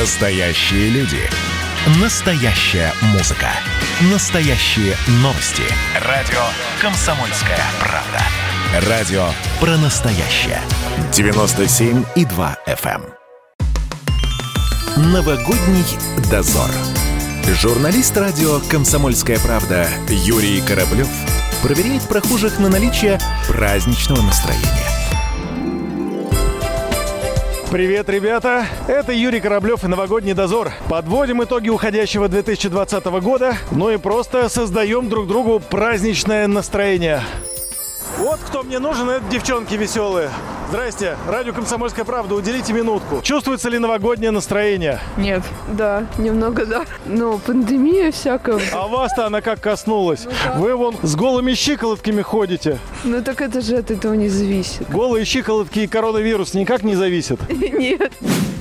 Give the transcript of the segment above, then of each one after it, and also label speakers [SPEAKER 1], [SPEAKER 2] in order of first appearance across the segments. [SPEAKER 1] Настоящие люди. Настоящая музыка. Настоящие новости. Радио Комсомольская правда. Радио про настоящее. 97,2 FM. эм. Новогодний дозор. Журналист радио «Комсомольская правда» Юрий Кораблев проверяет прохожих на наличие праздничного настроения.
[SPEAKER 2] Привет, ребята! Это Юрий Кораблев и «Новогодний дозор». Подводим итоги уходящего 2020 года, ну и просто создаем друг другу праздничное настроение. Вот кто мне нужен, это девчонки веселые. Здрасте, радио «Комсомольская правда», уделите минутку. Чувствуется ли новогоднее настроение?
[SPEAKER 3] Нет. Да, немного да. Но пандемия всякого.
[SPEAKER 2] А вас-то она как коснулась? Вы вон с голыми щиколотками ходите.
[SPEAKER 3] Ну так это же от этого не зависит.
[SPEAKER 2] Голые щиколотки и коронавирус никак не зависят.
[SPEAKER 3] Нет.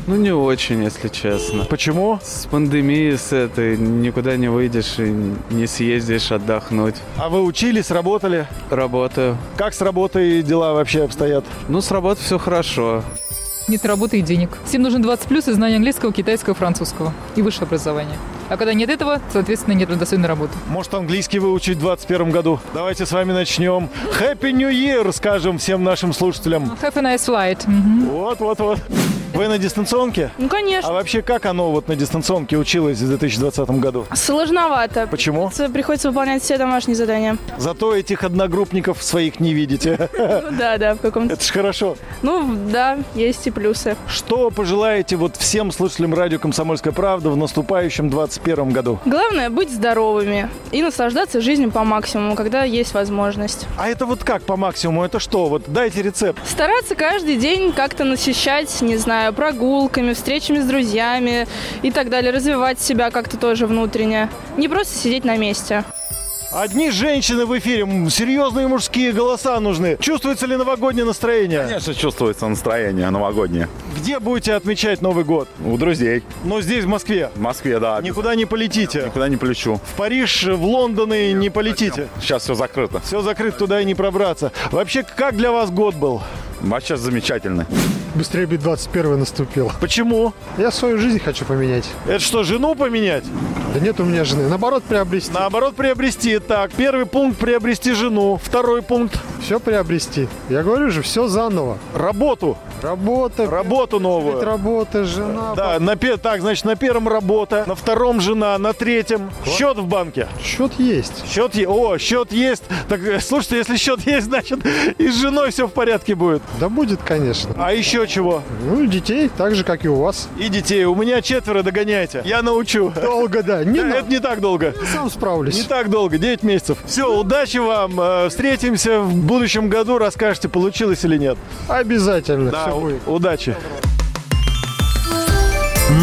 [SPEAKER 4] Ну, не очень, если честно.
[SPEAKER 2] Почему?
[SPEAKER 4] С пандемией с этой никуда не выйдешь и не съездишь отдохнуть.
[SPEAKER 2] А вы учились, работали?
[SPEAKER 4] Работаю.
[SPEAKER 2] Как с работой дела вообще обстоят?
[SPEAKER 4] Ну, с работы все хорошо.
[SPEAKER 5] Нет работы и денег. Всем нужен 20 плюс и знание английского, китайского, французского и высшее образование. А когда нет этого, соответственно, нет достойной работы.
[SPEAKER 2] Может, английский выучить в 2021 году? Давайте с вами начнем. Happy New Year, скажем всем нашим слушателям.
[SPEAKER 5] Have a nice flight.
[SPEAKER 2] Вот-вот-вот. Вы на дистанционке?
[SPEAKER 6] Ну,
[SPEAKER 2] А
[SPEAKER 6] конечно.
[SPEAKER 2] вообще, как оно вот на дистанционке училось в 2020 году?
[SPEAKER 6] А Сложновато.
[SPEAKER 2] Почему?
[SPEAKER 6] Приходится- Приходится выполнять все домашние задания.
[SPEAKER 2] Зато этих одногруппников своих не видите.
[SPEAKER 6] Ну да, да, в каком-то...
[SPEAKER 2] Это ж хорошо.
[SPEAKER 6] Ну да, есть и плюсы.
[SPEAKER 2] Что пожелаете вот всем слушателям радио «Комсомольская правда» в наступающем 2021 году?
[SPEAKER 6] Главное быть здоровыми и наслаждаться жизнью по максимуму, когда есть возможность.
[SPEAKER 2] А это вот как по максимуму? Это что? Вот дайте рецепт.
[SPEAKER 6] Стараться каждый день как-то насыщать, не знаю, прогулками, встречами с друзьями и так далее. Развивать себя как-то тоже внутренне. Не просто сидеть на месте.
[SPEAKER 2] Одни женщины в эфире, м, серьезные мужские голоса нужны. Чувствуется ли новогоднее настроение?
[SPEAKER 7] Конечно, чувствуется настроение новогоднее.
[SPEAKER 2] Где будете отмечать Новый год?
[SPEAKER 7] У друзей.
[SPEAKER 2] Но здесь, в Москве.
[SPEAKER 7] В Москве, да.
[SPEAKER 2] Никуда не полетите.
[SPEAKER 7] Никуда не плечу.
[SPEAKER 2] В Париж, в Лондон и не полетите.
[SPEAKER 7] Сейчас все закрыто.
[SPEAKER 2] Все закрыто, туда и не пробраться. Вообще, как для вас год был?
[SPEAKER 7] Вообще замечательно.
[SPEAKER 8] Быстрее бы 21 наступил.
[SPEAKER 2] Почему?
[SPEAKER 8] Я свою жизнь хочу поменять.
[SPEAKER 2] Это что, жену поменять?
[SPEAKER 8] Да нет у меня жены. Наоборот, приобрести.
[SPEAKER 2] Наоборот, приобрести. Так, первый пункт – приобрести жену. Второй пункт
[SPEAKER 8] Все приобрести. Я говорю же, все заново.
[SPEAKER 2] – работу.
[SPEAKER 8] Работа.
[SPEAKER 2] Работу
[SPEAKER 8] блядь,
[SPEAKER 2] новую.
[SPEAKER 8] Работа, жена.
[SPEAKER 2] Да, на пе- так, значит, на первом работа, на втором жена, на третьем счет в банке.
[SPEAKER 8] Счет есть.
[SPEAKER 2] Счет есть. О, счет есть. Так, э, слушайте, если счет есть, значит, и с женой все в порядке будет.
[SPEAKER 8] Да будет, конечно.
[SPEAKER 2] А еще чего?
[SPEAKER 8] Ну, и детей, так же, как и у вас.
[SPEAKER 2] И детей. У меня четверо, догоняйте. Я научу.
[SPEAKER 8] Долго, да. Не
[SPEAKER 2] Это
[SPEAKER 8] надо.
[SPEAKER 2] не так долго.
[SPEAKER 8] Сам
[SPEAKER 2] Не
[SPEAKER 8] справлюсь.
[SPEAKER 2] так долго, 9 месяцев. Все, удачи вам. э, Встретимся в будущем году. Расскажете, получилось или нет.
[SPEAKER 8] Обязательно.
[SPEAKER 2] Да,
[SPEAKER 8] Все будет.
[SPEAKER 2] у- удачи.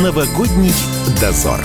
[SPEAKER 1] Новогодний дозор.